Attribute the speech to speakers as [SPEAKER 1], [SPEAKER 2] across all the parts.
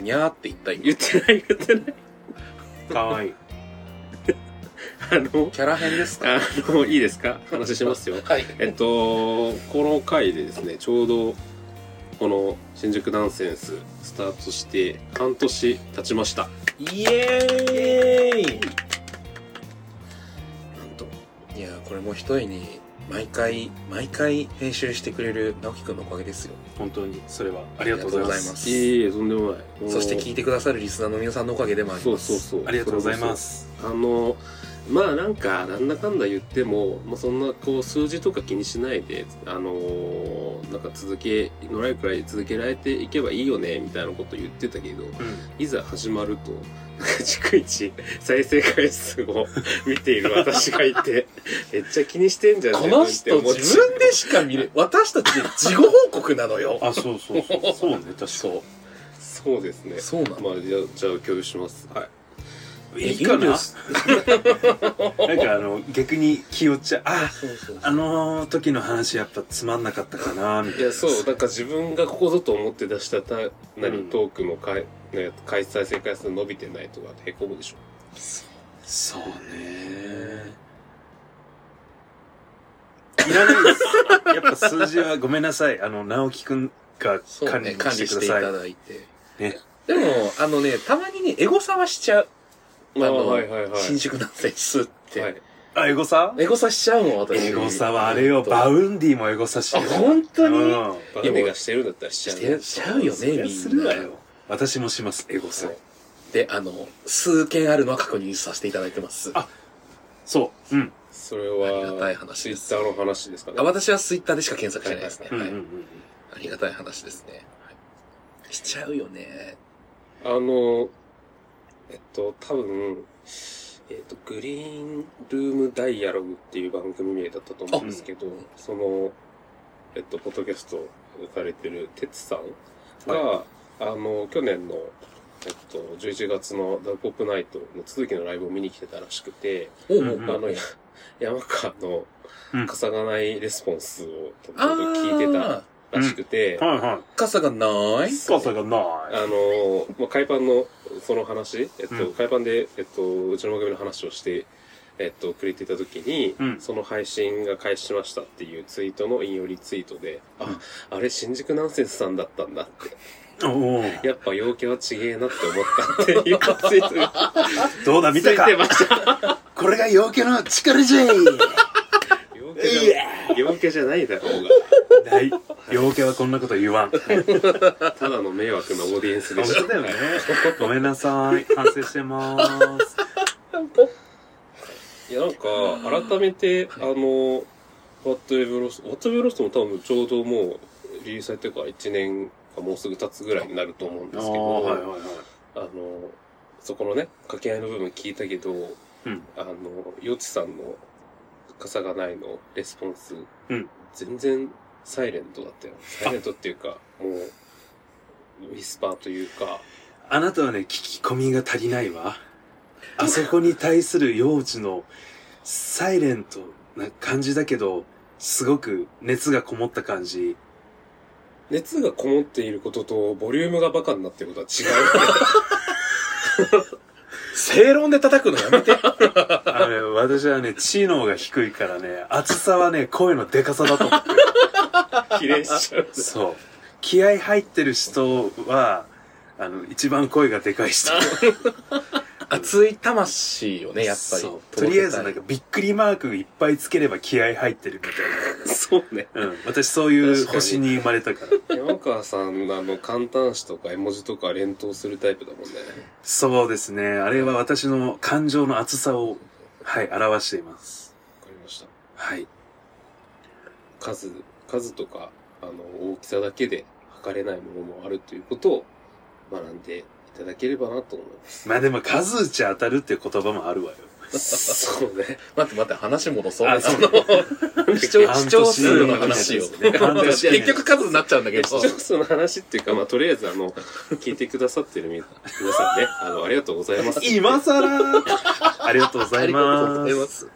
[SPEAKER 1] にゃーって言った今
[SPEAKER 2] 言ってない言ってない
[SPEAKER 3] かわいい
[SPEAKER 2] あの
[SPEAKER 1] キャラ編ですか
[SPEAKER 2] あのいいですか話しますよ
[SPEAKER 1] はい
[SPEAKER 2] えっとこの回でですねちょうどこの新宿ダンセンススタートして半年経ちました
[SPEAKER 3] イエーイ
[SPEAKER 2] なんと
[SPEAKER 1] いやーこれもひとえに毎回毎回編集してくれる直樹くんのおかげですよ
[SPEAKER 3] 本当にそれはありがとうございます
[SPEAKER 1] ありがとうございます
[SPEAKER 2] いえいえとんでもない
[SPEAKER 1] そして聞いてくださるリスナーの皆さんのおかげでもあり
[SPEAKER 2] そう
[SPEAKER 1] ます
[SPEAKER 2] そうそう
[SPEAKER 3] ありがとうございます
[SPEAKER 2] あのまあなんかなんだかんだ言っても、まあ、そんなこう数字とか気にしないであのーなんか続けのらいくらい続けられていけばいいよねみたいなこと言ってたけど
[SPEAKER 3] うん
[SPEAKER 2] いざ始まるとなんか逐一再生回数を 見ている私がいてめっちゃ気にしてんじゃん
[SPEAKER 1] この人
[SPEAKER 2] 自分って思っ
[SPEAKER 1] 自
[SPEAKER 2] ちゃう
[SPEAKER 1] 分でしか見れ私たちで事後報告なのよ
[SPEAKER 3] あそうそうそうそうね確かそ
[SPEAKER 2] そうですね
[SPEAKER 1] そうなの、
[SPEAKER 2] まあじゃあじゃあ共有しますはい
[SPEAKER 3] いいかな
[SPEAKER 1] ユ
[SPEAKER 3] な
[SPEAKER 1] ー
[SPEAKER 3] んかあの逆に気負っちゃうあ
[SPEAKER 1] そうそう
[SPEAKER 3] あの時の話やっぱつまんなかったかなみた
[SPEAKER 2] い
[SPEAKER 3] い
[SPEAKER 2] や
[SPEAKER 3] な
[SPEAKER 2] そうなんか自分がここぞと思って出したたなりトークの回,、ね、回再生回数伸びてないとかってへこむでしょ
[SPEAKER 3] そうねいらないですやっぱ数字はごめんなさいあの直樹くんが
[SPEAKER 1] そう
[SPEAKER 3] 管
[SPEAKER 1] ね
[SPEAKER 3] 理
[SPEAKER 1] 管
[SPEAKER 3] して
[SPEAKER 1] 理し
[SPEAKER 3] く
[SPEAKER 1] てい
[SPEAKER 3] ださ
[SPEAKER 1] た
[SPEAKER 3] い
[SPEAKER 1] だいて
[SPEAKER 3] ね
[SPEAKER 1] でもあのねたまにねエゴサはしちゃうあの
[SPEAKER 2] はいはいはい
[SPEAKER 1] 新宿なんてすって、
[SPEAKER 2] はい
[SPEAKER 3] あエゴサ
[SPEAKER 1] エゴサしちゃうもん私
[SPEAKER 3] エゴサはあれよバ
[SPEAKER 1] ウ
[SPEAKER 3] ウンディもエゴサして
[SPEAKER 1] あ
[SPEAKER 3] る
[SPEAKER 1] 本当に、
[SPEAKER 3] うん
[SPEAKER 2] バカ目がしてるんだったらしちゃう
[SPEAKER 1] してしちゃうよねみんな
[SPEAKER 3] するわよ私もしますエゴ
[SPEAKER 1] そ
[SPEAKER 3] サ
[SPEAKER 1] うであの数件あるのは確認させていただいてます
[SPEAKER 3] あそううん
[SPEAKER 2] それ
[SPEAKER 1] ありがたい
[SPEAKER 2] は
[SPEAKER 1] 話
[SPEAKER 2] ツ
[SPEAKER 1] で
[SPEAKER 2] イ
[SPEAKER 1] す
[SPEAKER 2] ッターの話ですかね
[SPEAKER 1] あ私はツイッターでしか検索してないですね、
[SPEAKER 3] うんう
[SPEAKER 1] は
[SPEAKER 3] ん
[SPEAKER 1] い
[SPEAKER 3] うん
[SPEAKER 1] ありがたい話ですね、はい、しちゃうよね
[SPEAKER 2] あのえっと多分えっとグリーンルームダイアログっていう番組名だったと思うんですけど、そのえっとポッドキャストされてるてつさんが、あの去年のえっと11月のダウポップナイトの続きのライブを見に来てたらしくて、
[SPEAKER 1] おう
[SPEAKER 3] うん
[SPEAKER 2] あのや山川の
[SPEAKER 3] うん
[SPEAKER 2] 重なないレスポンスをちょっと
[SPEAKER 1] あ
[SPEAKER 2] 聞いてたらしくて、
[SPEAKER 3] はいは
[SPEAKER 1] 傘がない
[SPEAKER 3] いエゴサがない
[SPEAKER 2] あのー、まあ、海パンのその話、えっと、
[SPEAKER 3] うん
[SPEAKER 2] 海パンで、えっと、うちの番組の話をして、えっと、くれていた時に、
[SPEAKER 3] うん
[SPEAKER 2] その配信が開始しましたっていうツイートの引用リツイートで、あ、あれ新宿ナンセンスさんだったんだっ
[SPEAKER 3] おお
[SPEAKER 2] て、やっぱ陽気はちげえなって思ったっていうツイートが
[SPEAKER 3] どうだ
[SPEAKER 2] つ
[SPEAKER 3] 見た
[SPEAKER 2] い
[SPEAKER 3] か
[SPEAKER 2] てま した。
[SPEAKER 3] これが陽気の力じゃい
[SPEAKER 2] 陽気じゃ、陽気じゃないだろうが。
[SPEAKER 3] ない陽気はこんなこと言わん本
[SPEAKER 2] ただの迷惑なオーディエンスでした
[SPEAKER 3] 当。だよねごめんなさい反省してまーす
[SPEAKER 2] いや、なんか、改めて、あの、What We've Lost、What We've Lost も多分ちょうどもう、リリースされてから1年かもうすぐ経つぐらいになると思うんですけど、
[SPEAKER 3] はいはいはい
[SPEAKER 2] あの、そこのね、掛け合いの部分聞いたけど、
[SPEAKER 3] うん
[SPEAKER 2] あの、よちさんの、傘がないのレスポンス、
[SPEAKER 3] うん
[SPEAKER 2] 全然サイレントだったよ。サイレントっていうか、もう、ウィスパーというか、
[SPEAKER 3] あなたはね、聞き込みが足りないわ。あそこに対する幼児のサイレントな感じだけど、すごく熱がこもった感じ。
[SPEAKER 2] 熱がこもっていることと、ボリュームがバカになってることは違う。
[SPEAKER 1] 正論で叩くのやめて
[SPEAKER 3] あれ、私はね、知能が低いからね、厚さはね、声のデカさだと思ってる。
[SPEAKER 2] 比例しちゃう。
[SPEAKER 3] そう。気合入ってる人は、あの、一番声がでかい 人。
[SPEAKER 1] 熱い魂をねやっぱり
[SPEAKER 3] そうとりあえずなん
[SPEAKER 1] か
[SPEAKER 3] かびっくりマークいっぱいつければ気合入ってるみ
[SPEAKER 2] そうね。
[SPEAKER 3] たいな。うん。私そうい
[SPEAKER 2] 確
[SPEAKER 3] う
[SPEAKER 2] かに
[SPEAKER 3] 星に生まれたから。
[SPEAKER 2] 山川さんのあの、簡単詞とか絵文字とか連投するタイプだもんね。
[SPEAKER 3] そうですね。あれは私の感情の厚さを、はい、表しています。
[SPEAKER 2] わかりました。
[SPEAKER 3] はい。
[SPEAKER 2] 数、数とか、あの、大きさだけで測れないものもあるということを学んでいただければなと思いま
[SPEAKER 3] まあでも、数打ち当たるっていう言葉もあるわよ。
[SPEAKER 2] す。そうね。
[SPEAKER 1] 待って待って話戻そう
[SPEAKER 3] あそう
[SPEAKER 1] の 視聴視聴数の
[SPEAKER 2] 半年
[SPEAKER 1] 話を
[SPEAKER 2] の話ですね
[SPEAKER 3] 半年
[SPEAKER 1] 結局数になっちゃうんだけど
[SPEAKER 2] 視聴数の話っていうか、まあ、とりあえずあの、聞いてくださってる皆皆さんね、あの、ありがとうございます。
[SPEAKER 3] 今更ありがとうござ
[SPEAKER 1] あ
[SPEAKER 3] い
[SPEAKER 1] りがとう
[SPEAKER 3] ま
[SPEAKER 1] ござい
[SPEAKER 3] す。
[SPEAKER 1] ます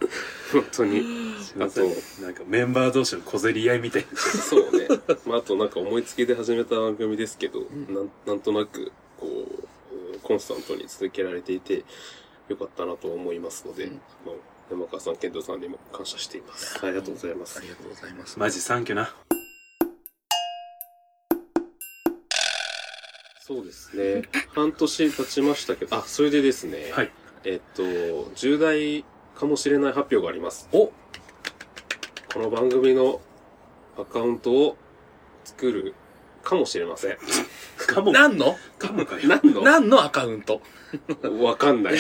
[SPEAKER 2] 本当に。
[SPEAKER 3] あと、なんかメンバー同士の小競り合いみたい
[SPEAKER 2] そうね。まあ、あとなんか思いつきで始めた番組ですけど、なんなんとなく、こう、コンスタントに続けられていて、よかったなと思いますので、
[SPEAKER 1] うん
[SPEAKER 2] まあ山川さん、健太さんにも感謝しています。ありがとうございます
[SPEAKER 1] あ。りがとうございます。
[SPEAKER 3] マジサンキュな。
[SPEAKER 2] そうですね。半年経ちました けど、あ、それでですね。
[SPEAKER 3] はい。
[SPEAKER 2] えっと、重大かもしれない発表があります。
[SPEAKER 1] お
[SPEAKER 2] この番組のアカウントを作るかもしれませ ん。
[SPEAKER 3] かも、
[SPEAKER 1] 何の
[SPEAKER 3] かもかよ。
[SPEAKER 2] 何の
[SPEAKER 1] 何のアカウント
[SPEAKER 2] わかん ない。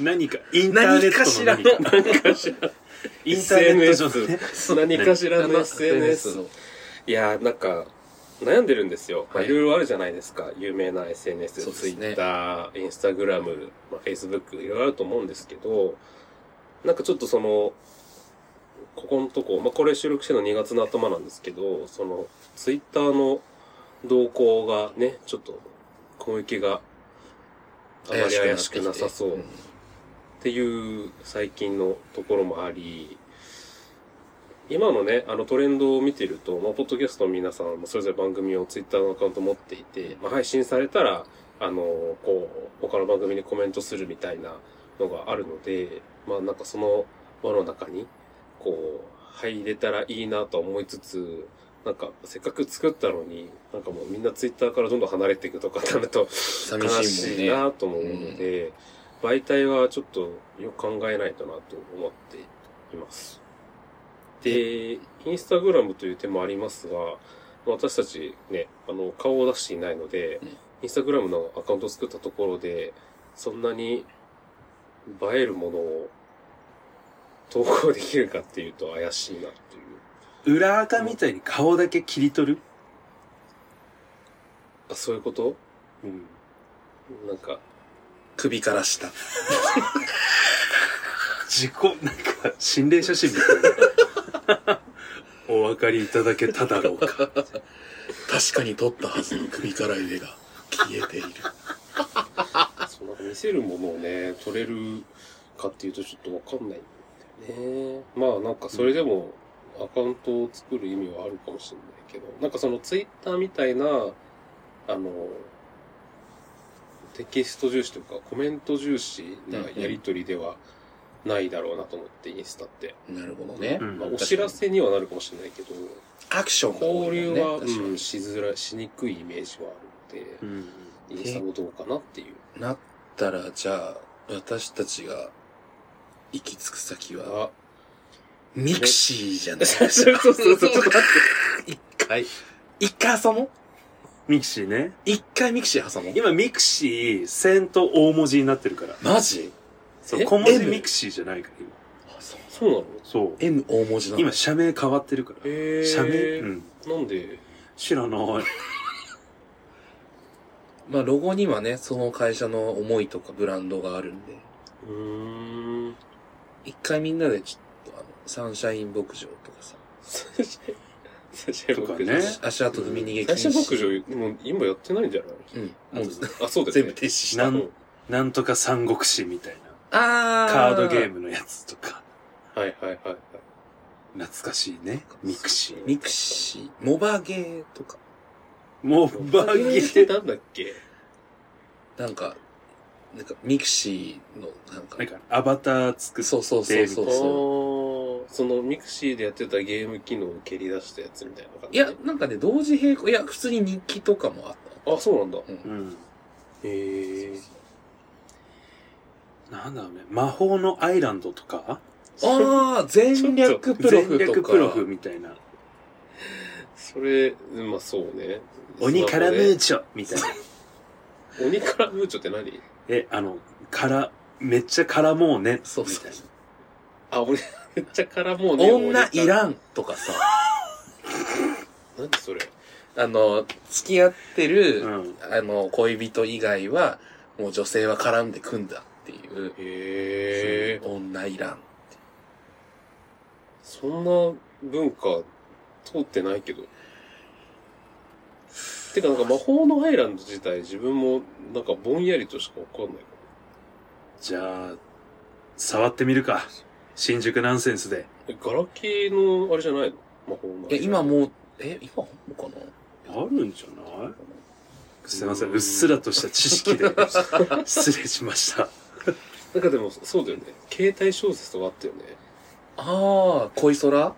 [SPEAKER 3] 何か、インターネットの何か。
[SPEAKER 1] 何かしらの
[SPEAKER 3] インターネット上のね。
[SPEAKER 2] 何かし らの
[SPEAKER 1] SNS
[SPEAKER 2] SNS を。いやー、なんか、悩んでるんですよ。ま
[SPEAKER 1] は
[SPEAKER 2] あ
[SPEAKER 1] い
[SPEAKER 2] いろいろあるじゃないですか。有名な SNS、
[SPEAKER 1] そうですね
[SPEAKER 2] Twitter、Instagram、まあ、Facebook、いろいろあると思うんですけど、なんかちょっとその、ここのとこ、まあ、これ収録してるの2月の頭なんですけど、その、Twitter の動向がね、ちょっと、攻撃が、あまり怪しくなさそう。
[SPEAKER 1] ん
[SPEAKER 2] っていう最近のところもあり、今のね、あのトレンドを見てると、まあ、ポッドキャストの皆さんもそれぞれ番組をツイッターのアカウント持っていて、まあ、配信されたら、あの、こう、他の番組にコメントするみたいなのがあるので、まあなんかその輪の中に、こう、入れたらいいなとは思いつつ、なんかせっかく作ったのに、なんかもうみんなツイッターからどんどん離れていくとか なると、
[SPEAKER 1] 寂
[SPEAKER 2] 悲
[SPEAKER 1] しいも
[SPEAKER 2] し
[SPEAKER 1] ん
[SPEAKER 2] い
[SPEAKER 1] ね。
[SPEAKER 2] なとも思うので、媒体はちょっとよく考えないとなと思っています。で、インスタグラムという手もありますが、私たちね、あの、顔を出していないので、
[SPEAKER 1] うん
[SPEAKER 2] インスタグラムのアカウントを作ったところで、そんなに映えるものを投稿できるかっていうと怪しいなっていう。
[SPEAKER 3] 裏垢みたいに顔だけ切り取る。
[SPEAKER 2] あ、そういうこと
[SPEAKER 3] うん。
[SPEAKER 2] なんか、
[SPEAKER 1] 首から下。
[SPEAKER 3] 自己、なんか、心霊写真みたいなお分かりいただけただろうか。
[SPEAKER 1] 確かに取ったはずの首から上が消えている。
[SPEAKER 2] そうなんか見せるものをね、取れるかっていうとちょっとわかんないんだよね。まあなんかそれでもアカウントを作る意味はあるかもしれないけど、なんかそのツイッターみたいな、あの、テキスト重視というかコメント重視なやりとりではないだろうなと思って、インスタって。
[SPEAKER 1] なるほどね。
[SPEAKER 3] うん
[SPEAKER 2] まあお知らせにはなるかもしれないけど、
[SPEAKER 1] アクションが多
[SPEAKER 2] 交
[SPEAKER 1] い
[SPEAKER 2] 流
[SPEAKER 1] もんね。
[SPEAKER 2] は、
[SPEAKER 1] 確か
[SPEAKER 2] うんしづらい、しにくいイメージはあるので、
[SPEAKER 3] うん。
[SPEAKER 2] インスタもどうかなっていう。
[SPEAKER 1] になったら、じゃあ、私たちが行き着く先 は、
[SPEAKER 2] あ
[SPEAKER 1] ミクシーじゃない
[SPEAKER 2] そうそうそうそう、ちょっと待って。
[SPEAKER 1] 一回。一回挟もう
[SPEAKER 3] ミクシーね。
[SPEAKER 1] 一回ミクシー挟もう。
[SPEAKER 3] 今、ミクシー、線と大文字になってるから。
[SPEAKER 1] マジ
[SPEAKER 3] そう、
[SPEAKER 2] え
[SPEAKER 3] 小文字
[SPEAKER 1] M
[SPEAKER 3] ミクシーじゃないから、今。
[SPEAKER 1] あ、そう。
[SPEAKER 2] そうなの
[SPEAKER 3] そう。
[SPEAKER 1] M 大文字なの。
[SPEAKER 3] 今、社名変わってるから。
[SPEAKER 2] へ
[SPEAKER 3] 社名うん。
[SPEAKER 2] なんで
[SPEAKER 3] 知らない。
[SPEAKER 1] まあ、ロゴにはね、その会社の思いとかブランドがあるんで、
[SPEAKER 2] うーん。
[SPEAKER 1] 一回みんなでちょっと、あの、サンシャイン牧場とかさ、
[SPEAKER 2] 最初
[SPEAKER 3] とか
[SPEAKER 2] 牧
[SPEAKER 3] ね
[SPEAKER 2] 場。
[SPEAKER 1] 足跡踏み逃げ禁
[SPEAKER 2] 最
[SPEAKER 1] 止。
[SPEAKER 2] 初牧場、もう今やってないんじゃない
[SPEAKER 1] うん。
[SPEAKER 3] あ
[SPEAKER 1] もう
[SPEAKER 3] と、
[SPEAKER 2] あ、そうです
[SPEAKER 1] 全部
[SPEAKER 2] ね。
[SPEAKER 1] 停止した。
[SPEAKER 3] なん、なんとか三国志みたい
[SPEAKER 1] あ
[SPEAKER 3] な。
[SPEAKER 1] ー。
[SPEAKER 3] カードゲームのやつとか。
[SPEAKER 2] はいはいはいはい。
[SPEAKER 3] 懐かしいね。ミクシー。
[SPEAKER 1] ミクシー、モバゲーとか、
[SPEAKER 3] もう、バ
[SPEAKER 2] バギーっ
[SPEAKER 3] ー
[SPEAKER 2] て
[SPEAKER 3] ゲー。
[SPEAKER 2] なんだっけ
[SPEAKER 1] なんか、なんか、ミクシーの、なんか、
[SPEAKER 3] なんか、アバター作っ
[SPEAKER 1] そうそうそうそ
[SPEAKER 2] あ
[SPEAKER 1] う
[SPEAKER 2] あ
[SPEAKER 1] そ
[SPEAKER 2] ー、そのミクシーでやってたゲーム機能を蹴り出したやつみたいな感
[SPEAKER 1] う。い
[SPEAKER 2] じ
[SPEAKER 1] や、なんかね、同時並行、いや、普通に日記とかもあっ た。
[SPEAKER 2] あ、そうなんだ。へ
[SPEAKER 3] うん。
[SPEAKER 2] え。
[SPEAKER 3] なんだろうね。魔法のアイランドとか
[SPEAKER 1] ああ、全略プロフとか。
[SPEAKER 3] 全略プロフみたいな。
[SPEAKER 2] それ、まあそうね。
[SPEAKER 3] 鬼カラムーチョみたいな。
[SPEAKER 2] ョ。鬼カラムーチョって何
[SPEAKER 3] え、あの、から、めっちゃからもうね。
[SPEAKER 1] そうそう
[SPEAKER 3] みたいな
[SPEAKER 2] あ、俺、めっちゃカラもうね。
[SPEAKER 1] 女い
[SPEAKER 2] ん。
[SPEAKER 1] らんとかさ、
[SPEAKER 2] 何それ。
[SPEAKER 1] あの、付き合ってる、
[SPEAKER 3] うん。
[SPEAKER 1] あの、恋人以外は、もう女性は絡んでくんだっていう、
[SPEAKER 2] へえ。
[SPEAKER 1] 女いらん。
[SPEAKER 2] そんな文化通ってないけど。てかなんか魔法のアイランド自体自分もなんかぼんやりとしかわかんないか
[SPEAKER 3] じゃあ、触ってみるか。新宿ナンセンスで。
[SPEAKER 2] ら。えガラケーのあれじゃないの魔法のアイランド。
[SPEAKER 1] え、今もう、え、今あんのかな
[SPEAKER 3] あるんじゃないすいません。うっすらとした知 識で失礼しました。
[SPEAKER 2] なんかでも、そうだよね。携帯小説とかあったよね。
[SPEAKER 1] ああ、恋空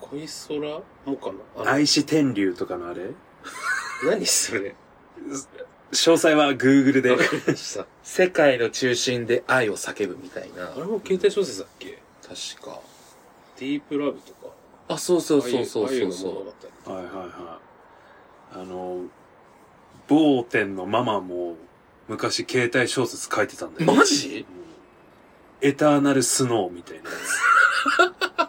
[SPEAKER 2] 恋空もかなあの
[SPEAKER 3] 愛知天竜とかのあれ
[SPEAKER 2] 何それ
[SPEAKER 3] 詳細は Google で
[SPEAKER 2] わ。かりました。
[SPEAKER 1] 世界の中心で愛を叫ぶみたいな。
[SPEAKER 2] あれも携帯小説だっけ
[SPEAKER 1] 確か。
[SPEAKER 2] ディープラブとか。
[SPEAKER 1] あ、そうそうそうそう
[SPEAKER 2] ああい
[SPEAKER 1] そう
[SPEAKER 2] ああいのもの
[SPEAKER 1] そ
[SPEAKER 2] だったね
[SPEAKER 3] はいはいはい。あの、某店のママも昔携帯小説書いてたん
[SPEAKER 1] う。
[SPEAKER 3] だよ。
[SPEAKER 1] マジ
[SPEAKER 3] うんエターナルスノーみたいな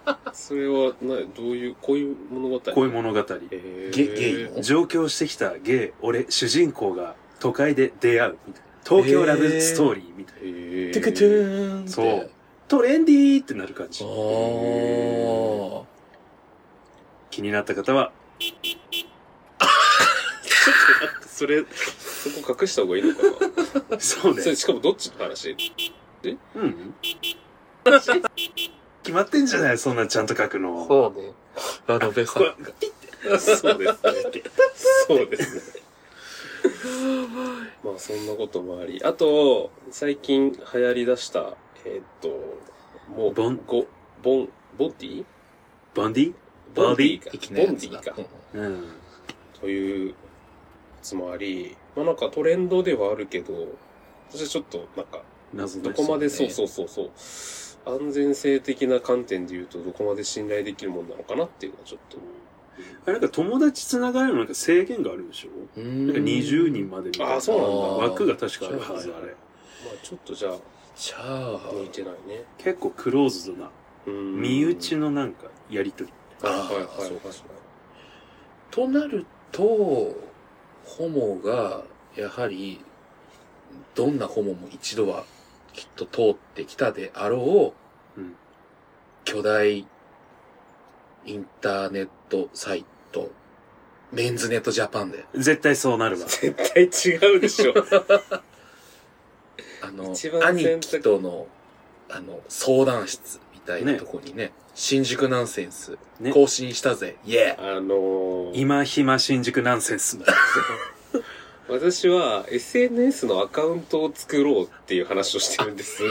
[SPEAKER 3] や
[SPEAKER 2] それは、な、どういう、恋物語
[SPEAKER 3] つ。こういう物語。
[SPEAKER 2] えー
[SPEAKER 1] ゲゲイの
[SPEAKER 3] 上京してきたゲイ、俺、主人公が都会で出会うみたいな。東京ラブストーリーみたいな。
[SPEAKER 2] えー
[SPEAKER 1] トゥクトゥーンって。
[SPEAKER 3] そうトレンディーってなる感じ。
[SPEAKER 1] あ
[SPEAKER 3] 気になった方は、
[SPEAKER 2] ちょっと待って、それ、そこ隠した方がいいのかな
[SPEAKER 3] そうね
[SPEAKER 2] そ。れしかもどっちの話
[SPEAKER 3] うん。決まってんじゃないそんなちゃんと書く
[SPEAKER 1] あ。
[SPEAKER 3] の。
[SPEAKER 1] そうね。ラノベさん。
[SPEAKER 2] そうですね。そうですね。 まあそんなこともあり。あと、最近流行り出した、えーっと、もう、
[SPEAKER 3] ボン
[SPEAKER 2] ご、ボン、ボディ
[SPEAKER 3] バンディ
[SPEAKER 2] ボディか。
[SPEAKER 1] いきな
[SPEAKER 2] ボ
[SPEAKER 1] り
[SPEAKER 2] ン
[SPEAKER 1] や
[SPEAKER 2] デ
[SPEAKER 1] つ
[SPEAKER 2] ィ
[SPEAKER 1] だ
[SPEAKER 2] か。。
[SPEAKER 3] うん。
[SPEAKER 2] というやつもあり、まあなんかトレンドではあるけど、私はちょっとなんか、
[SPEAKER 3] 謎
[SPEAKER 2] どこまで、
[SPEAKER 1] そ
[SPEAKER 2] そうう
[SPEAKER 1] ね
[SPEAKER 2] そうそうそう。安全性的な観点で言うと、どこまで信頼できるもんなのかなっていうのはちょっと。
[SPEAKER 3] あれなんか友達つながるのなんか制限があるでしょ
[SPEAKER 1] う
[SPEAKER 3] なん
[SPEAKER 1] ん
[SPEAKER 3] か20人までみたいな。
[SPEAKER 2] あそう
[SPEAKER 1] なんだ
[SPEAKER 3] 枠が確かあるはず、あれ。
[SPEAKER 2] まあちょっとじゃあ、
[SPEAKER 1] じゃあ、
[SPEAKER 2] 向いてないね。
[SPEAKER 3] 結構クローズドな、
[SPEAKER 2] うん
[SPEAKER 3] 身内のなんか、やりとり。
[SPEAKER 2] あはいはい
[SPEAKER 1] あーそう
[SPEAKER 2] はい。
[SPEAKER 1] となると、ホモが、やはり、どんなホモも一度は、きっと通ってきたであろう、
[SPEAKER 3] うん
[SPEAKER 1] 巨大、インターネットサイト、メンズネットジャパンで、
[SPEAKER 3] 絶対そうなるわ。
[SPEAKER 2] 絶対違う でしょ。
[SPEAKER 1] あの
[SPEAKER 2] 一、番
[SPEAKER 1] 兄貴との、あの、相談室みたいな
[SPEAKER 3] ね
[SPEAKER 1] とこにね、新宿ナンセンス、
[SPEAKER 3] ね
[SPEAKER 1] 更新したぜ、イエー
[SPEAKER 2] あのー、
[SPEAKER 3] 今暇新宿ナンセンス。
[SPEAKER 2] 私は SNS のアカウントを作ろうっていう話をしてるんです。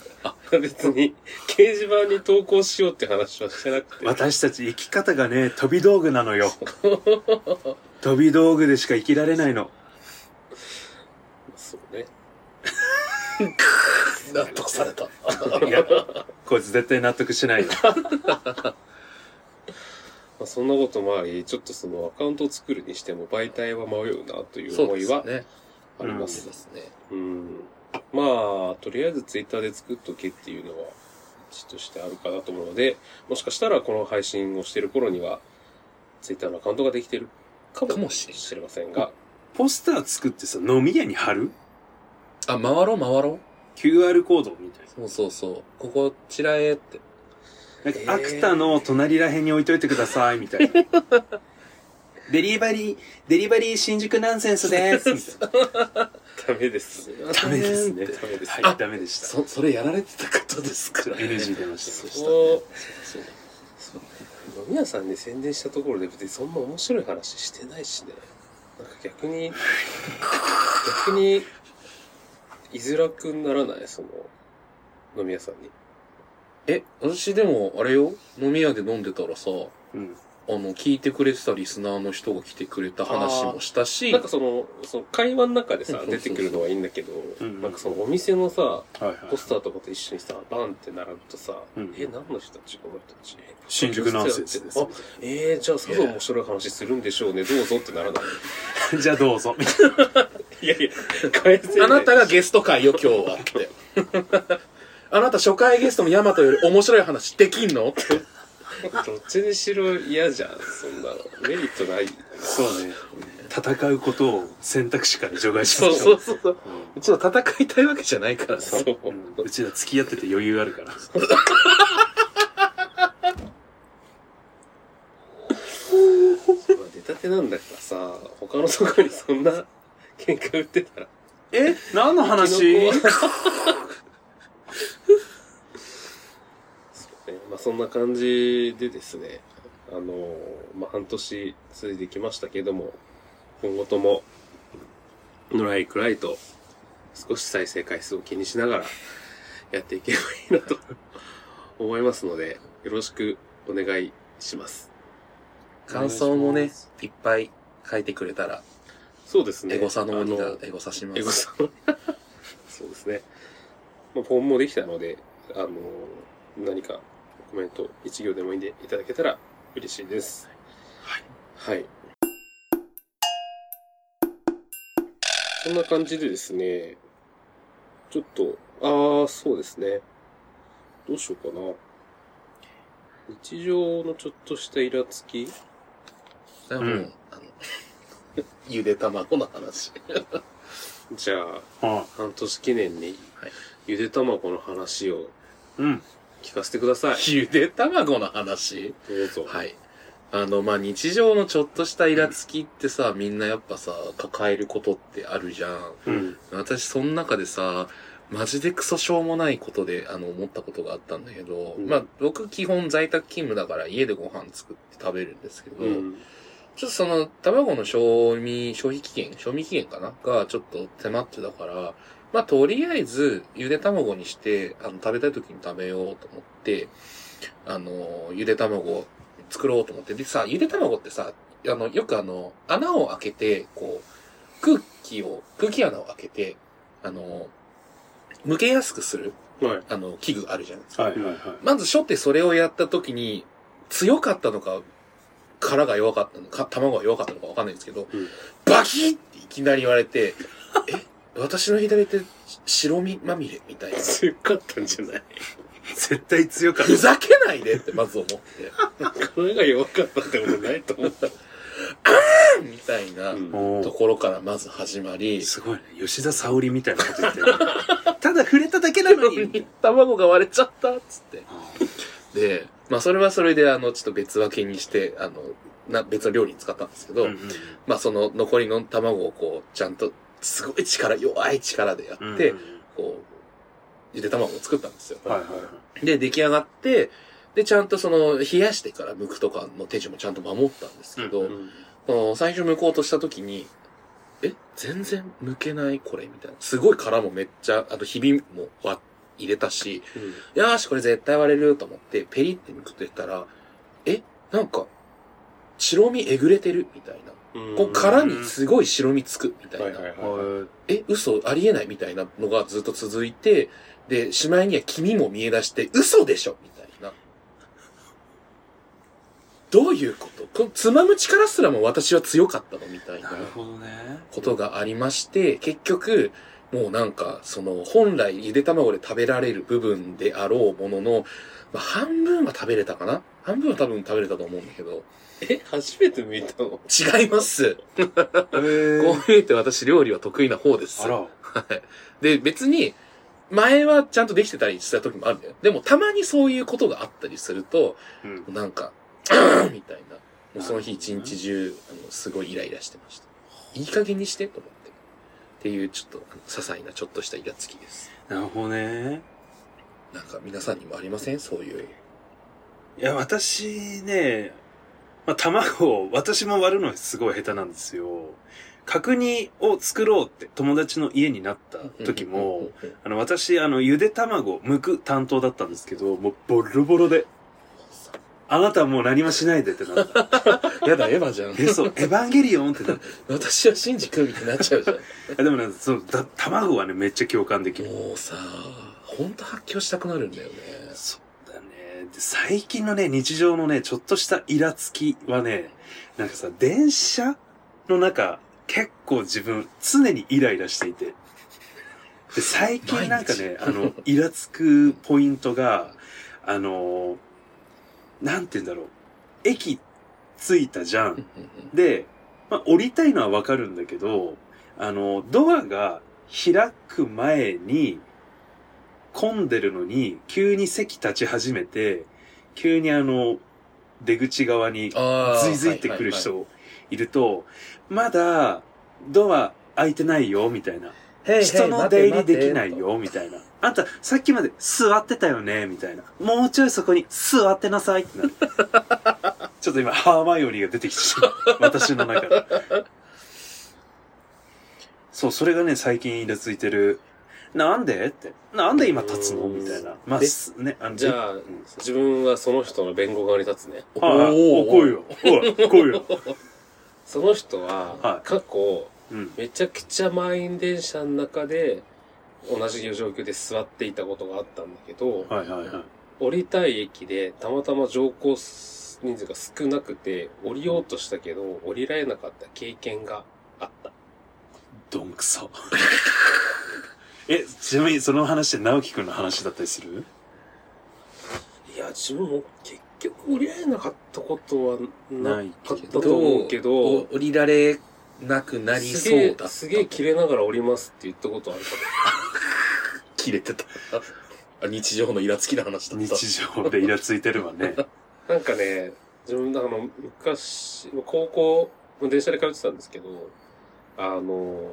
[SPEAKER 2] 別に、掲示板に投稿しようって話はしてな くて。
[SPEAKER 3] 私たち生き方がね、飛び道具なのよ。飛び道具でしか生きられないの。
[SPEAKER 2] そうね。
[SPEAKER 1] 納得された。
[SPEAKER 3] いや、こいつ絶対納得しないよ。
[SPEAKER 2] まあ、そんなこともあり、ちょっとそのアカウントを作るにしても媒体は迷うなという
[SPEAKER 1] そう
[SPEAKER 2] 思
[SPEAKER 1] で
[SPEAKER 2] い
[SPEAKER 1] す
[SPEAKER 2] は
[SPEAKER 1] ね。
[SPEAKER 2] ありま
[SPEAKER 1] そう
[SPEAKER 2] す。
[SPEAKER 1] ですね。
[SPEAKER 2] うん。まあ、とりあえずツイッターで作っとけっていうのは、ちとしてあるかなと思うので、もしかしたらこの配信をしてる頃には、ツイッターのアカウントができてるか
[SPEAKER 1] か
[SPEAKER 2] も
[SPEAKER 1] もしれない
[SPEAKER 2] しれませんが、
[SPEAKER 3] ポスター作ってさ、飲み屋に貼る
[SPEAKER 1] あ、回ろう回ろう。
[SPEAKER 3] ?QR コードみたい
[SPEAKER 1] そうそうそう。ここ、ちらへって。
[SPEAKER 3] な。なんか、
[SPEAKER 2] えー
[SPEAKER 3] アクタの隣らへんに置いといてください、みた いな。デリバリー、デリバリー新宿ナンセンスです、みたい
[SPEAKER 2] ダメです。
[SPEAKER 3] な。ダメですね。
[SPEAKER 2] ダメです
[SPEAKER 3] はい、ダメでした。
[SPEAKER 1] そ、それやられてた方ですか
[SPEAKER 3] ちょっ
[SPEAKER 1] ら、
[SPEAKER 3] と NG 出ました。
[SPEAKER 1] そう
[SPEAKER 2] お
[SPEAKER 1] そうそう
[SPEAKER 2] 飲み屋さんで宣伝したところで別にそんな面白い話してないしね。なんか逆に、逆に、いづらくならないその、飲み屋さんに。
[SPEAKER 1] え、私でも、あれよ、飲み屋で飲んでたらさ、あ
[SPEAKER 3] うん。
[SPEAKER 1] の、聞いてくれてたリスナーの人が来てくれた話もしたし
[SPEAKER 2] なん、かその、その会話の中でさ、
[SPEAKER 1] うん
[SPEAKER 2] 出てくるのはいいんだけど、
[SPEAKER 3] そううん
[SPEAKER 2] なんかそのお店のさ、
[SPEAKER 3] はいはい
[SPEAKER 2] ポ。スターとかと一緒にさ、バンって並ぶとさ、
[SPEAKER 3] うん
[SPEAKER 2] え、何の人たちこの人たち。
[SPEAKER 3] 新宿ナンセンスです
[SPEAKER 2] あ。、えー、じゃあさぞ面白い話するんでしょうね、どうぞってならない。
[SPEAKER 3] じゃあどうぞ。
[SPEAKER 2] いやいや、返せ
[SPEAKER 1] あなた
[SPEAKER 2] が、
[SPEAKER 1] がゲスト会よ、今日はって。 あなた初回ゲストのヤマトより面白い話できんのって
[SPEAKER 2] どっちにしろ嫌じゃん、そんなの。メリットない。
[SPEAKER 3] そうね。戦うことを選択肢から除外し
[SPEAKER 1] そ
[SPEAKER 3] ま
[SPEAKER 1] う
[SPEAKER 3] した。
[SPEAKER 1] そうそうそう。うちは戦いたいわけじゃないからさ
[SPEAKER 2] そ。う。
[SPEAKER 3] うんうちら付き合ってて余裕あるから。
[SPEAKER 2] まあ出たてなんだからさ、他のとこにそんな喧嘩売ってたら。
[SPEAKER 3] え何 の話
[SPEAKER 2] キノコはそうね。まあそんな感じでですね、あのーまあ半年続いてきましたけども、今後とも、のらいくらいと、少し再生回数を気にしながら、やっていけばいいなと思いますので、よろしくお願いします。
[SPEAKER 1] 感想も
[SPEAKER 3] お願い
[SPEAKER 1] ね
[SPEAKER 3] します、
[SPEAKER 1] いっぱい書いてくれたら、
[SPEAKER 2] そうですね。
[SPEAKER 1] エゴサの鬼
[SPEAKER 2] あ
[SPEAKER 1] がエゴサします。
[SPEAKER 2] エゴサのそうですね。まあ、フォームもできたので、あの、何かコメント一行でもいいんでいただけたら嬉しいです。はい。はい。そんな感じでですね、ちょっと、ああ、そうですね。どうしようかな。日常のちょっとしたイラつき
[SPEAKER 1] それはもう、
[SPEAKER 3] うん
[SPEAKER 1] あの、ゆで卵の話。
[SPEAKER 2] じゃあ、
[SPEAKER 3] は
[SPEAKER 2] 半年記念に
[SPEAKER 1] はい、
[SPEAKER 2] ゆで卵の話を
[SPEAKER 3] い。うん。
[SPEAKER 2] 聞かせてください。
[SPEAKER 1] ゆで卵の話
[SPEAKER 2] どうぞ。
[SPEAKER 1] はい。あの、まあ、日常のちょっとしたイラつきってさ、みんなやっぱさ、抱えることってあるじゃん。
[SPEAKER 2] うん。
[SPEAKER 1] 私、その中でさ、マジでクソしょうもないことで、あの、思ったことがあったんだけど、
[SPEAKER 2] うん
[SPEAKER 1] まあ、僕基本在宅勤務だから家でご飯作って食べるんですけど、
[SPEAKER 2] うん。
[SPEAKER 1] ちょっとその、卵の賞味、消費期限賞味期限かなが、ちょっと迫ってたから、まあ、とりあえず、ゆで卵にして、あの、食べたい時に食べようと思って、あの、ゆで卵を作ろうと思って。でさ、ゆで卵ってさ、あの、よくあの、穴を開けて、こう、空気を、空気穴を開けて、あの、剥けやすくする、
[SPEAKER 2] はい。
[SPEAKER 1] あの、器具あるじゃないですか。
[SPEAKER 3] はいはいはい。
[SPEAKER 1] まず初手それをやった時に、強かったのか、殻が弱かったのか、卵が弱かったのかわかんないんですけど、
[SPEAKER 2] うん
[SPEAKER 1] バキッっていきなり言われて、 え、私の左手、白身まみれみたいな。
[SPEAKER 2] 強かったんじゃない
[SPEAKER 3] 絶対強 かっ
[SPEAKER 1] ふざけないでってまず思って、
[SPEAKER 2] 彼が弱かったってことないと思った。
[SPEAKER 1] みたいな
[SPEAKER 3] た。お
[SPEAKER 1] と
[SPEAKER 3] ー
[SPEAKER 1] ころからまず始まり、
[SPEAKER 3] すごいね。吉田沙織みたいなこと言って る。ただ触れただけなの に。
[SPEAKER 1] 卵が割れちゃったっつって。
[SPEAKER 3] あ
[SPEAKER 1] で、まあそれはそれであの、ちょっと別分けにして、あの、な別の料理に使ったんですけど、
[SPEAKER 3] ーうんうん
[SPEAKER 1] まあその残りの卵をこう、ちゃんと、すごい力、弱い力でや
[SPEAKER 3] うん
[SPEAKER 1] って、
[SPEAKER 3] うん
[SPEAKER 1] こう、ゆで卵を作ったんですよ。
[SPEAKER 3] うんはいはいはい。
[SPEAKER 1] で、出来上がって、で、ちゃんとその、冷やしてから剥くとかの手順もちゃんと守ったんですけど、
[SPEAKER 3] う
[SPEAKER 1] その最初剥こうとした時に、え、全然剥けないこれみたいな。すごい殻もめっちゃ、あとひびも割入れたし、よーし、これ絶対割れると思って、ペリって剥くと言ったら、え、なんか、白身えぐれてるみたいな。こう殻にすごい白身つくみたいな。
[SPEAKER 2] はいはいは
[SPEAKER 3] は
[SPEAKER 1] え、嘘ありえないみたいなのがずっと続いて、で、しまいには黄身も見え出して、嘘でしょみたいな。どういうことこのつまむ力すらも私は強かったのみたい
[SPEAKER 3] い
[SPEAKER 1] な
[SPEAKER 3] なるほどね。
[SPEAKER 1] ことがありまして、結局、もうなんか、その、本来ゆで卵で食べられる部分であろうものの、まあ、半分は食べれたかな半分は多分食べれたと思うんだけど、
[SPEAKER 2] い。え、初めて見たの
[SPEAKER 1] 違います。
[SPEAKER 3] え
[SPEAKER 1] こう見えて私料理は得意な方です。
[SPEAKER 3] あら。
[SPEAKER 1] で、別に、前はちゃんとできてたりした時もあるんだよ。でも、たまにそういうことがあったりすると、
[SPEAKER 3] うん。
[SPEAKER 1] なんか、 みたいな。もうその日一日中、あの、すごいイライラしてました。いい加減にして、と思って。っていう、ちょっと、あの些細な、ちょっとしたイラつきです。
[SPEAKER 3] なるほどね。
[SPEAKER 1] なんか、皆さんにもありませんそういう。
[SPEAKER 3] いや、私ね、まあ、卵を、私も割るのすごい下手なんですよ。角煮を作ろうって友達の家になった時も、、あの、私、あの、ゆで卵、剥く担当だったんですけど、もうボロボロで、あなたはもう何もしないでってな った。
[SPEAKER 1] やだ、エヴァじゃん。
[SPEAKER 3] え、そう、エヴァンゲリオンってなっ
[SPEAKER 1] 私はシンジ君みたいになっちゃうじゃん。
[SPEAKER 3] た。でもなんかそう、だ卵はね、めっちゃ共感できる。
[SPEAKER 1] もうさ、ほんと発狂したくなるんだよね。
[SPEAKER 3] そうだね。で最近のね、日常のね、ちょっとしたイラつきはね、なんかさ、電車の中、結構自分、常にイライラしていて。で最近なんかね、あ
[SPEAKER 1] 毎日
[SPEAKER 3] の、イラつくポイントが、あの、なんて言うんだろう。駅着いたじゃん。で、まあ、降りたいのはわかるんだけど、あの、ドアが開く前に、混んでるのに、急に席立ち始めて、急にあの、出口側に、
[SPEAKER 1] あ
[SPEAKER 3] ずいずいってくる人いると、まだ、ドア開いてないよ、みたいな。人の出入りできない。よ、みたいな。あんた、さっきまで座ってたよね、みたいな。もうちょいそこに座ってなさい ってなる。ちょっと今、ハーマイオニーが出てきてしまう。私の中で。そう、それがね、最近イラついてる。なんでって。なんで今立つの
[SPEAKER 2] うん
[SPEAKER 3] みたいな。まあ、
[SPEAKER 2] です
[SPEAKER 3] ね、あの、
[SPEAKER 2] じゃあ、自分はその人の弁護側に立つね。
[SPEAKER 3] あ、はい、お来いよ。おい、来 いよ。
[SPEAKER 2] その人
[SPEAKER 3] は
[SPEAKER 2] は、
[SPEAKER 3] い
[SPEAKER 2] 過去、
[SPEAKER 3] うん。
[SPEAKER 2] めちゃくちゃ満員電車の中で、同じ状況で座っていたことがあったんだけど、
[SPEAKER 3] はいはいはい。
[SPEAKER 2] 降りたい駅で、たまたま乗降人数が少なくて、降りようとしたけど、降りられなかった経験があった。
[SPEAKER 3] どんくそ。 え、ちなみにその話って直樹くんの話だったりする
[SPEAKER 2] いや、自分も結局降りられなかったことはな
[SPEAKER 3] ない
[SPEAKER 2] かっ
[SPEAKER 1] け
[SPEAKER 2] た
[SPEAKER 1] ど
[SPEAKER 2] と思うけど、
[SPEAKER 1] お降りられなくなり
[SPEAKER 2] す
[SPEAKER 1] そう
[SPEAKER 2] げ
[SPEAKER 1] だっ
[SPEAKER 2] え
[SPEAKER 1] た。
[SPEAKER 2] すげえ切れながら降りますって言ったことあるか
[SPEAKER 1] 切れてた。あ日常のイラつきな話だった。
[SPEAKER 3] 日常でイラついてるわね。
[SPEAKER 2] ら。なんかね、自分、あの、昔、高校、電車で通ってたんですけど、あの、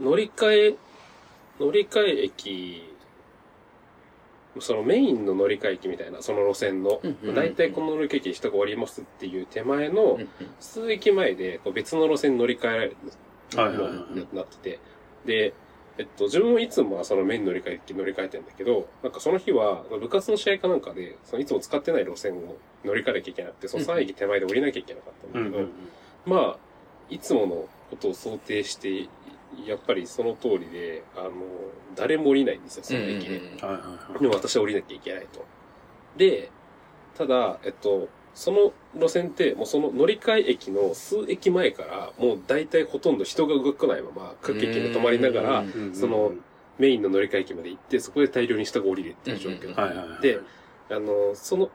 [SPEAKER 2] 乗り換え、乗り換え駅、そのメインの乗り換え駅みたいな、その路線の
[SPEAKER 1] うんうんう、ん
[SPEAKER 2] 大体この乗り換え駅で人が降りますっていう手前の
[SPEAKER 1] うん、うん
[SPEAKER 2] 数駅前でこう別の路線に乗り換えられるんです
[SPEAKER 3] はいはいはい
[SPEAKER 2] なってて。で、えっと、自分もいつもはそのメイン乗り換えて乗り換えてんだけど、なんかその日は、部活の試合かなんかで、そのいつも使ってない路線を乗り換えなきゃいけなくて、その3駅手前で降りなきゃいけなかった
[SPEAKER 3] うん
[SPEAKER 2] だ
[SPEAKER 3] ん
[SPEAKER 2] け
[SPEAKER 3] う
[SPEAKER 2] ど、
[SPEAKER 3] ん。
[SPEAKER 2] まあ、いつものことを想定して、やっぱりその通りで、あの、誰も降りないんですよ、その駅で。
[SPEAKER 3] はいはいはい。
[SPEAKER 2] でも私は降りなきゃいけないと。で、ただ、えっと、その路線って、もうその乗り換え駅の数駅前から、もう大体ほとんど人が動かないまま、各駅で止まりなが
[SPEAKER 1] う
[SPEAKER 2] ら
[SPEAKER 1] ん、
[SPEAKER 3] うんうん
[SPEAKER 2] そのメインの乗り換え駅まで行って、そこで大量に人が降りるっていう状況。
[SPEAKER 1] うん
[SPEAKER 3] はいはいはい。
[SPEAKER 2] で、あの、その、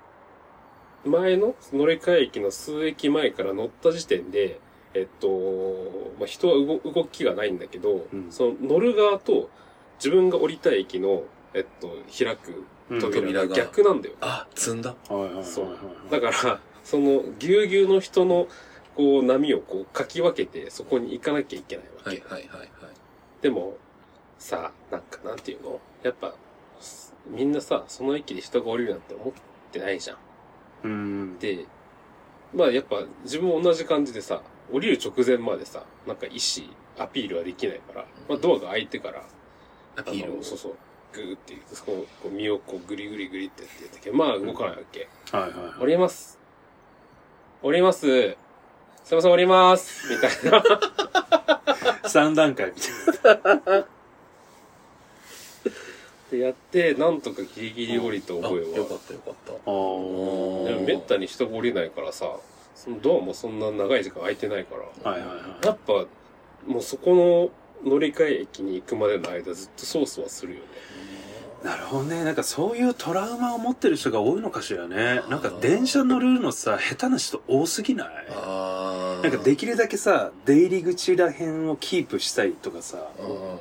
[SPEAKER 2] 前の乗り換え駅の数駅前から乗った時点で、えっと、まあ、人は動動きがないんだけど、
[SPEAKER 3] うん
[SPEAKER 2] その乗る側と自分が降りたい駅の、えっと、開く
[SPEAKER 3] うんは
[SPEAKER 2] 扉
[SPEAKER 3] い
[SPEAKER 1] 扉
[SPEAKER 2] が
[SPEAKER 1] が
[SPEAKER 2] 逆なんだよ。
[SPEAKER 1] あ、積んだ。
[SPEAKER 3] はいはい。
[SPEAKER 2] そう
[SPEAKER 3] はい
[SPEAKER 2] だから、その、ぎゅうぎゅうの人の、こう、波をこう、かき分けて、そこに行かなきゃいけないわけ。
[SPEAKER 1] はいはいはいはい。
[SPEAKER 2] でも、さ、なんか、なんていうのやっぱ、すみんなさ、その駅で人が降りるなんて思ってないじゃん。
[SPEAKER 3] うん。
[SPEAKER 2] で、まあやっぱ、自分も同じ感じでさ、降りる直前までさ、なんか意思、アピールはできないから、まあドアが開いてから、
[SPEAKER 1] ア
[SPEAKER 2] あ
[SPEAKER 1] ピールを
[SPEAKER 2] の、そうそう、グーって、こう、こう身をこう、グリグリグリってやってやったけど、まあ動かないわけ。
[SPEAKER 3] はいはいはい。
[SPEAKER 2] 降ります。降ります。すいません、降ります。みたいな。
[SPEAKER 3] 3段階みたい
[SPEAKER 2] でやって、なんとかギリギリ降りた覚
[SPEAKER 1] あ
[SPEAKER 2] え
[SPEAKER 1] よか
[SPEAKER 2] は。
[SPEAKER 1] ったよかった。
[SPEAKER 3] な。
[SPEAKER 1] ー
[SPEAKER 2] でもめったに人が降りないからさ、そのドアもそんな長い時間空いてないから。
[SPEAKER 3] はいはいはい。
[SPEAKER 2] やっぱ、もうそこの乗り換え駅に行くまでの間ずっとソースはするよね。
[SPEAKER 3] なるほどね。なんかそういうトラウマを持ってる人が多いのかしらね。なんか電車乗るのさ、下手な人多すぎない
[SPEAKER 1] あー
[SPEAKER 3] なんかできるだけさ、出入り口ら辺をキープしたいとかさ、
[SPEAKER 1] うんうんうんうん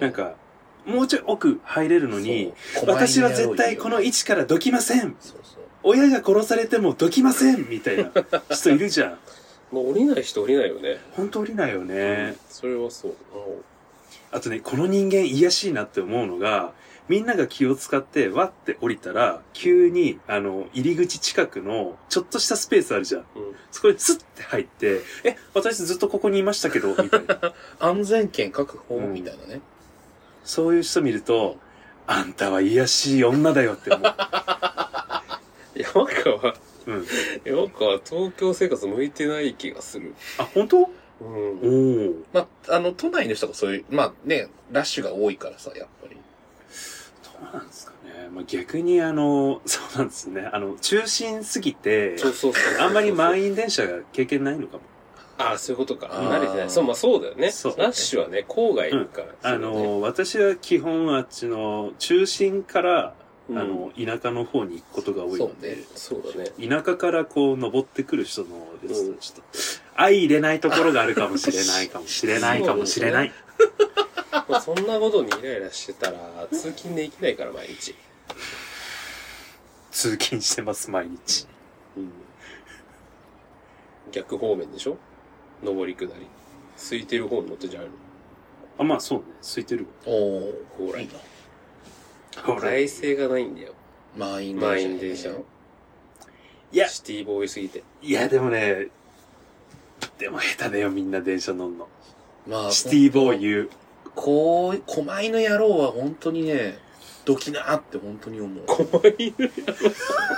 [SPEAKER 3] なんか、もうちょい奥入れるのに、
[SPEAKER 1] そう
[SPEAKER 3] 私は絶対この位置からどきません
[SPEAKER 1] そうそう
[SPEAKER 3] 親が殺されてもどきませんみたいな人いるじゃん。
[SPEAKER 2] もう降りない人降りないよね。
[SPEAKER 3] ほんと降りないよね。
[SPEAKER 2] それはそう。
[SPEAKER 3] あとね、この人間癒やしいなって思うのが、みんなが気を使って、わって降りたら、急に、あの、入り口近くの、ちょっとしたスペースあるじゃん。
[SPEAKER 2] うん
[SPEAKER 3] そこにスッて入って、え、私ずっとここにいましたけど、みたいな。
[SPEAKER 1] 安全圏確保みたいなね。
[SPEAKER 3] そういう人見ると、あんたは癒やしい女だよって思う。
[SPEAKER 2] 山川、
[SPEAKER 3] うん。
[SPEAKER 2] 山川、東京生活向いてない気がする。
[SPEAKER 3] あ、本当お
[SPEAKER 2] うん。
[SPEAKER 3] ー。
[SPEAKER 1] まあ、あの、都内の人がそういう、まあね、ラッシュが多いからさ、やっぱり。
[SPEAKER 3] どうなんですかね。まあ、逆にあの、そうなんですね。あの、中心すぎて、
[SPEAKER 2] そうそうそう。
[SPEAKER 3] あんまり
[SPEAKER 2] い。
[SPEAKER 3] 満員電車が経験ないのかも。
[SPEAKER 2] ああ、そういうことか。
[SPEAKER 1] あー
[SPEAKER 2] 慣れてない。そう、まあそうだよね。
[SPEAKER 3] そう
[SPEAKER 2] ラッシュはね、郊外から。
[SPEAKER 3] あの、私は基本あっちの中心から、
[SPEAKER 2] うん
[SPEAKER 3] あの、田舎の方に行くことが多いので、
[SPEAKER 2] そうだね。
[SPEAKER 3] 田舎からこう登ってくる人のやつ
[SPEAKER 2] う
[SPEAKER 3] と
[SPEAKER 2] ん
[SPEAKER 3] ちょっと、相入れないところがあるかもしれないかもしれないかもしれない。
[SPEAKER 2] まあそんなことにイライラしてたら、通勤できないから、毎日。
[SPEAKER 3] 通勤してます、毎日。
[SPEAKER 2] 逆方面でしょ上り下り。空いてる方に乗ってんじゃないの
[SPEAKER 3] あ、まあそうね、空いてる
[SPEAKER 1] おお
[SPEAKER 2] ほら
[SPEAKER 1] いいな。
[SPEAKER 3] わ。ほら
[SPEAKER 2] 体制がないんだよ。
[SPEAKER 1] 満員電車。
[SPEAKER 2] 満員電車の。
[SPEAKER 3] いや
[SPEAKER 2] シティボーイすぎて。
[SPEAKER 3] いや、でもね、でも下手だよ、みんな電車乗んの。
[SPEAKER 1] まあ、
[SPEAKER 3] シティボーイユ
[SPEAKER 1] こう、狛犬野郎は本当にね、ドキなーって本当に思う。
[SPEAKER 2] 怖い犬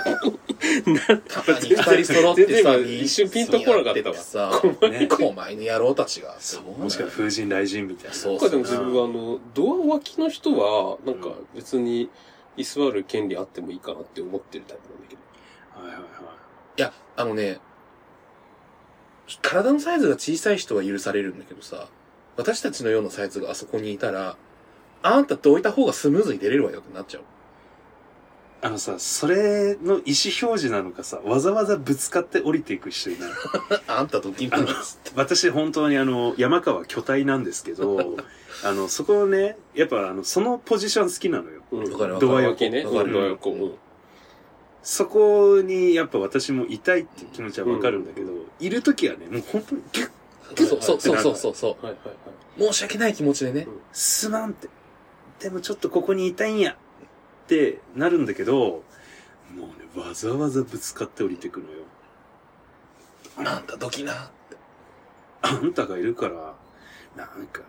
[SPEAKER 2] やろ。
[SPEAKER 1] たまに二人揃ってさ、
[SPEAKER 2] 全然今一瞬ピンとこなかったわ
[SPEAKER 1] さ、
[SPEAKER 3] ー。 ね。
[SPEAKER 1] 狛犬野郎たちが。
[SPEAKER 3] そう。もしくは風神雷神みたいな。
[SPEAKER 1] そう
[SPEAKER 2] なん
[SPEAKER 1] そう
[SPEAKER 2] かでも自分はあの、ドア脇の人は、なんか別に居座る権利あってもいいかなって思ってるタイプなんだけど。
[SPEAKER 3] はいはいはい。
[SPEAKER 1] いや、あのね、体のサイズが小さい人は許されるんだけどさ、私たちのようなサイズがあそこにいたら、あんたどいた方がスムーズに出れるわよってなっちゃう。
[SPEAKER 3] あのさ、それの意思表示なのかさ、わざわざぶつかって降りていく人いない。
[SPEAKER 1] あんたドキン
[SPEAKER 3] あ
[SPEAKER 1] と
[SPEAKER 3] の
[SPEAKER 1] な、
[SPEAKER 3] 私本当にあの、山川巨体なんですけ ど、あの、そこをね、やっぱあの、そのポジション好きなのよ。
[SPEAKER 2] うん
[SPEAKER 1] わかるわかる
[SPEAKER 2] ドア脇ね。
[SPEAKER 1] わ
[SPEAKER 2] ド
[SPEAKER 1] か
[SPEAKER 2] ア
[SPEAKER 1] る
[SPEAKER 2] 横。うん
[SPEAKER 3] そこにやっぱ私もいたいっていう気持ちはわかるんだけど、いる時はね、もう本当にギュッ、
[SPEAKER 1] そうそうそうそうそうそ
[SPEAKER 2] はいはいは
[SPEAKER 1] う。申し訳ない気持ちでね。
[SPEAKER 3] すまんって。でもちょっとここにいたいんやってなるんだけど、もうね、わざわざぶつかって降りてくのよ。
[SPEAKER 1] あんたドキな。
[SPEAKER 3] あんたがいるから、なんか、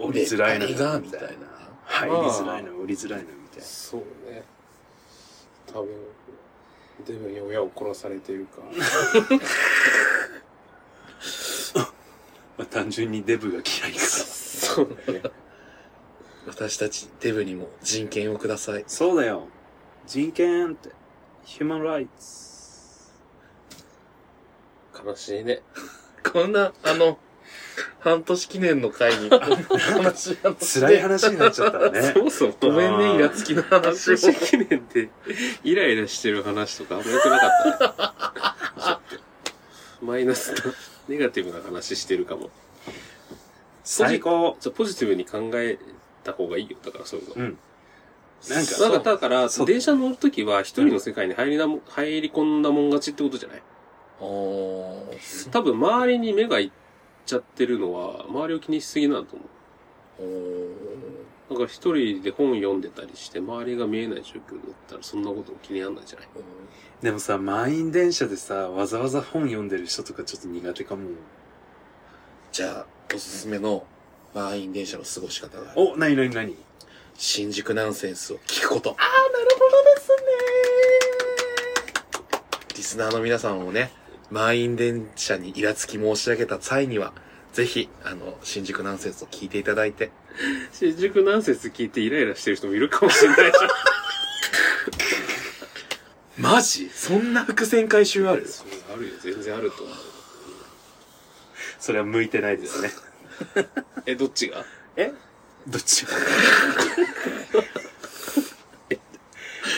[SPEAKER 3] 降りづらいな。
[SPEAKER 1] で誰がみたいな。
[SPEAKER 3] 入りづらいな、降りづらいな、みたい
[SPEAKER 2] い。
[SPEAKER 3] な。
[SPEAKER 2] そうね。多分、デブに親を殺されているか。
[SPEAKER 3] まあ、単純にデブが嫌いから。
[SPEAKER 2] そうだね。
[SPEAKER 1] 私たちデブにも人権をください。
[SPEAKER 3] そうだよ。人権って、ヒューマンライツ。
[SPEAKER 2] 悲しいね。
[SPEAKER 1] こんな、あの、半年記念の会に、こんな話なの
[SPEAKER 3] 辛い話になっちゃったね。
[SPEAKER 2] そもそも、
[SPEAKER 1] ごめんね、イラつきの話を。
[SPEAKER 2] 私記念でイライラしてる話とかあんま良くなかったね。マイナスな、ネガティブな話してるかも。
[SPEAKER 3] 最高。
[SPEAKER 2] じゃあポジティブに考えた方がいいよ。だからそういうの。
[SPEAKER 3] うん。なんか
[SPEAKER 2] なんかだから、
[SPEAKER 3] そう
[SPEAKER 2] 電車乗るときは一人の世界に入りなも、入り込んだもん勝ちってことじゃない
[SPEAKER 1] おー
[SPEAKER 2] 多分周りに目がいっちゃってるのは、周りを気にしすぎなんだと思う。
[SPEAKER 1] おー
[SPEAKER 2] だから一人で本読んでたりして、周りが見えない状況になったら、そんなことも気になんないじゃない
[SPEAKER 3] でもさ、満員電車でさ、わざわざ本読んでる人とかちょっと苦手かも。
[SPEAKER 1] じゃあ、おすすめの満員電車の過ごし方がある、
[SPEAKER 3] お、なになになに
[SPEAKER 1] 新宿ナンセンスを聞くこと。ああ、なるほどですね。リスナーの皆さんもね、満員電車にイラつき申し上げた際には、ぜひ、あの、新宿ナンセンスを聞いていただいて、
[SPEAKER 2] 新宿何節聞いてイライラしてる人もいるかもしれない じ
[SPEAKER 1] マジそんな伏線回収あ
[SPEAKER 2] ゃん。
[SPEAKER 1] る
[SPEAKER 2] それあるよ、全然あると思う。
[SPEAKER 3] それは向いてないです ね。
[SPEAKER 2] え、どっちが
[SPEAKER 3] えどっちも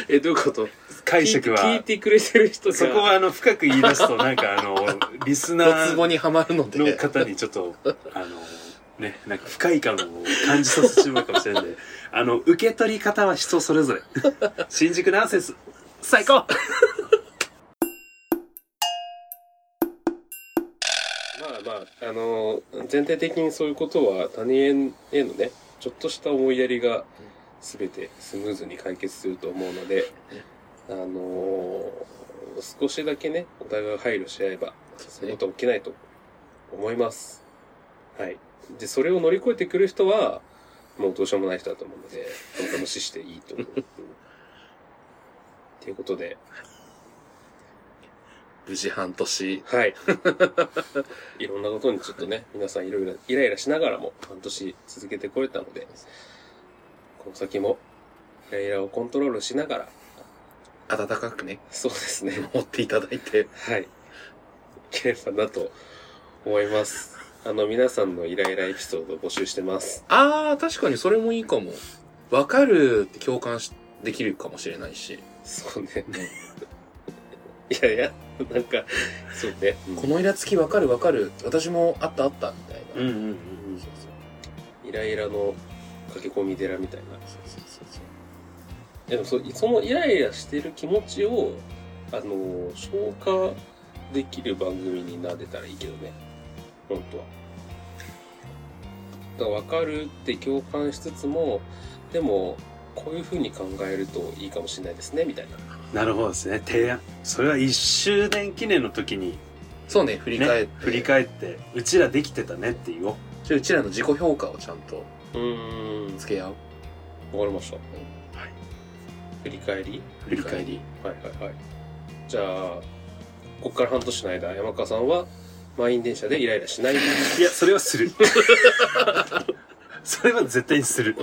[SPEAKER 2] え、どういうこと
[SPEAKER 3] 解釈は
[SPEAKER 2] 聞いて聞いてくれてる人が。
[SPEAKER 3] そこはあの、深く言い出すと、なんかあの、リスナ
[SPEAKER 1] ドツボ
[SPEAKER 3] ー
[SPEAKER 1] にはまるの
[SPEAKER 3] の
[SPEAKER 1] で、
[SPEAKER 3] 方にちょっと、あの、ね、なんか不快感を感じさせてしまうかもしれないんで、あの、受け取り方は人それ ぞれ。新宿ナンセンス、最高
[SPEAKER 2] まあまあ、あのー全体的にそういうことは他人へのね、ちょっとした思いやりが全てスムーズに解決すると思うので、あのー少しだけね、お互いが配慮し合えば、そういうことは起きないと思います。はい。で、それを乗り越えてくる人は、もうどうしようもない人だと思うので、本当無視していいと思う。うんということで、
[SPEAKER 1] 無事半年、
[SPEAKER 2] はい。 いろんなことにちょっとね、皆さんいろいろイライラしながらも半年続けてこれたので、この先もイライラをコントロールしながら、
[SPEAKER 1] 暖かくね、
[SPEAKER 2] そうです ね、
[SPEAKER 1] 持っていただいて、
[SPEAKER 2] はい。いければなと思います。あの、皆さんのイライラエピソードを募集してます。
[SPEAKER 1] ああ、確かにそれもいいかも。わかるって共感しできるかもしれないし、
[SPEAKER 2] そうね。いやいや、なんか、そうね。
[SPEAKER 1] このイラつきわかるわかる、私もあったあったみたいな。
[SPEAKER 3] うんうん
[SPEAKER 2] そうそうイライラの駆け込み寺みたいな。
[SPEAKER 1] そうそうそうそう
[SPEAKER 2] でもそそのイライラしてる気持ちをあのー消化できる番組になれたらいいけどね本当はだから分かるって共感しつつもでもこういう風に考えるといいかもしれないですねみたいな
[SPEAKER 3] なるほどですね、提案。それは1周年記念の時に、
[SPEAKER 1] そうね、振り返って。
[SPEAKER 3] ね、振り返ってうちらできてたねって言おう
[SPEAKER 1] ちょうちらの自己評価をちゃんと
[SPEAKER 2] うーん。
[SPEAKER 1] つけ合う。
[SPEAKER 2] わかりました。
[SPEAKER 3] はい。
[SPEAKER 2] 振り返り
[SPEAKER 3] 振り返り。
[SPEAKER 2] はいはいはい。じゃあ、こっから半年の間、山川さんは満員電車でイライラしない。
[SPEAKER 3] いや、それはす る。それは絶対にする。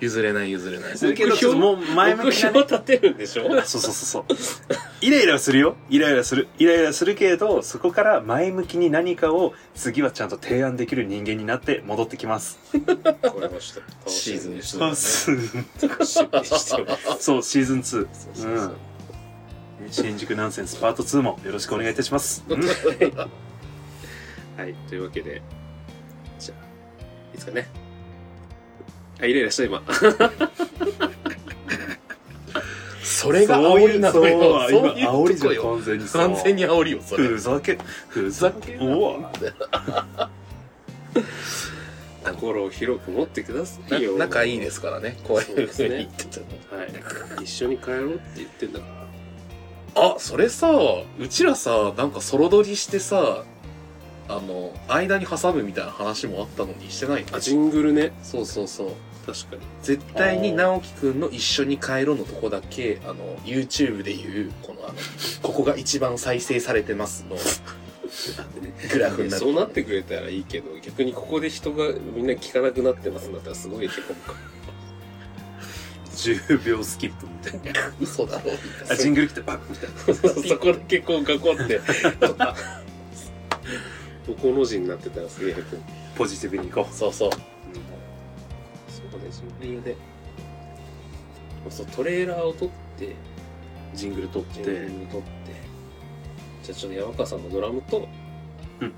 [SPEAKER 1] 譲れない譲れない。
[SPEAKER 3] するけど、
[SPEAKER 2] 目標
[SPEAKER 3] もう前向
[SPEAKER 2] 目
[SPEAKER 3] きな、
[SPEAKER 2] 標
[SPEAKER 3] ね。
[SPEAKER 2] 立てるんでしょ
[SPEAKER 3] そうそうそうそう。イライラはするよ。イライラする。イライラするけれど、そこから前向きに何かを次はちゃんと提案できる人間になって戻ってきます。
[SPEAKER 2] わかりました。楽し
[SPEAKER 1] シーズ
[SPEAKER 2] み
[SPEAKER 1] ン
[SPEAKER 2] に
[SPEAKER 1] 2
[SPEAKER 2] して
[SPEAKER 1] だね。
[SPEAKER 2] 楽しみにしてます。
[SPEAKER 3] そう、シーズン2。
[SPEAKER 2] そうそうそう
[SPEAKER 3] 新宿ナンセンスパート2もよろしくお願いいた します。うん
[SPEAKER 2] はい、というわけで、じゃあ、いいですかね。あ、イライラした今。
[SPEAKER 1] それが煽りなのよ。
[SPEAKER 3] そう
[SPEAKER 1] そう
[SPEAKER 3] 今、
[SPEAKER 1] いう
[SPEAKER 3] 煽り
[SPEAKER 1] と
[SPEAKER 3] じ
[SPEAKER 1] こ
[SPEAKER 3] ゃん、
[SPEAKER 1] よ。
[SPEAKER 3] 完全にそう。
[SPEAKER 1] 完全に煽りよ、それ
[SPEAKER 3] ふ。ざけ、ふ
[SPEAKER 1] ふ
[SPEAKER 3] ざ
[SPEAKER 1] ざけ
[SPEAKER 3] けん
[SPEAKER 1] ん
[SPEAKER 3] な
[SPEAKER 1] な
[SPEAKER 2] 心を広く持ってくださいよ。
[SPEAKER 1] な仲いいですからね、こういうふうに言ってても。
[SPEAKER 2] はい。一緒に帰ろうって言ってんだから。
[SPEAKER 1] あ、それさ、うちらさ、なんかソロ撮りしてさ、あの、間に挟むみたいな話もあったのにしてない
[SPEAKER 2] あ、ジングルね。
[SPEAKER 1] そうそうそう。
[SPEAKER 2] 確かに。
[SPEAKER 1] 絶対に直樹くんの一緒に帰ろうのとこだけ、あの、YouTube で言う、このあの、ここが一番再生されてますの、グラフになる。
[SPEAKER 2] そうなってくれたらいいけど、逆にここで人がみんな聞かなくなってますんだったらすごいへこむか
[SPEAKER 3] 10秒スキップみたいな。
[SPEAKER 1] 嘘だろ。
[SPEAKER 3] あ、ジングル来てバッみたいな。
[SPEAKER 2] ら。 そこだけこう囲って。横の字になってたらすげえへこむ。
[SPEAKER 3] ポジティブに行こ
[SPEAKER 1] そうそう。
[SPEAKER 3] う。うん
[SPEAKER 2] そうね、ジングルで。そう、トレーラーを撮って、
[SPEAKER 3] ジングル撮っ
[SPEAKER 2] ジングル
[SPEAKER 3] て、
[SPEAKER 2] 撮って、じゃあちょっと山川さんのドラムと、
[SPEAKER 3] うん。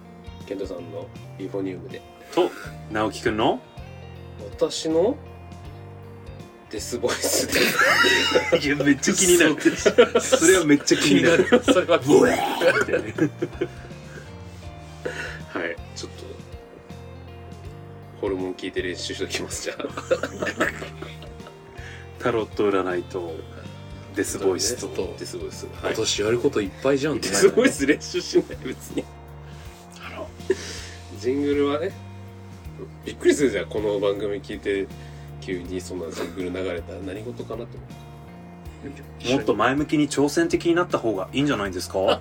[SPEAKER 2] ケントさんのユーフォニウムで。
[SPEAKER 3] と、直樹くんの、
[SPEAKER 2] 私のデスボイスで。
[SPEAKER 3] いや、めっちゃ気になる。それはめっちゃ気になる。
[SPEAKER 1] る。 それは気に
[SPEAKER 3] ブ
[SPEAKER 1] な
[SPEAKER 3] エ
[SPEAKER 1] る。
[SPEAKER 3] ーってね
[SPEAKER 2] はい。ちょっと、ホルモン聞いて練習しときます、じゃあ。
[SPEAKER 3] タロット占いと、デスボイス
[SPEAKER 1] ちょ
[SPEAKER 3] と
[SPEAKER 1] っ。と
[SPEAKER 2] デスボイス。はい。デ
[SPEAKER 1] 私やることいっぱいじゃんってなる
[SPEAKER 2] ス
[SPEAKER 1] よね
[SPEAKER 2] ボイス練習しない、別に。
[SPEAKER 3] あら
[SPEAKER 2] ジングルはね、びっくりするじゃん、この番組聞いて、急にそんなジングル流れたら何事かなって思
[SPEAKER 3] もっと前向きに挑戦的になった方がいいんじゃないですか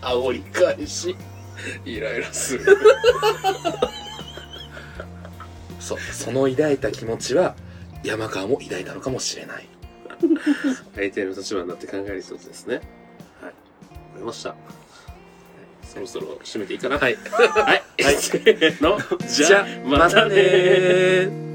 [SPEAKER 1] 煽り返し。
[SPEAKER 2] う。イライラする。
[SPEAKER 1] そう。その抱いた気持ちは、山川も抱いたのかもしれない。
[SPEAKER 2] 相手の立場になって考える一つですね。はい。わかりました。はいそろそろ 締めていいかな。はい。はい。の、じゃあ、またねー。
[SPEAKER 1] ー。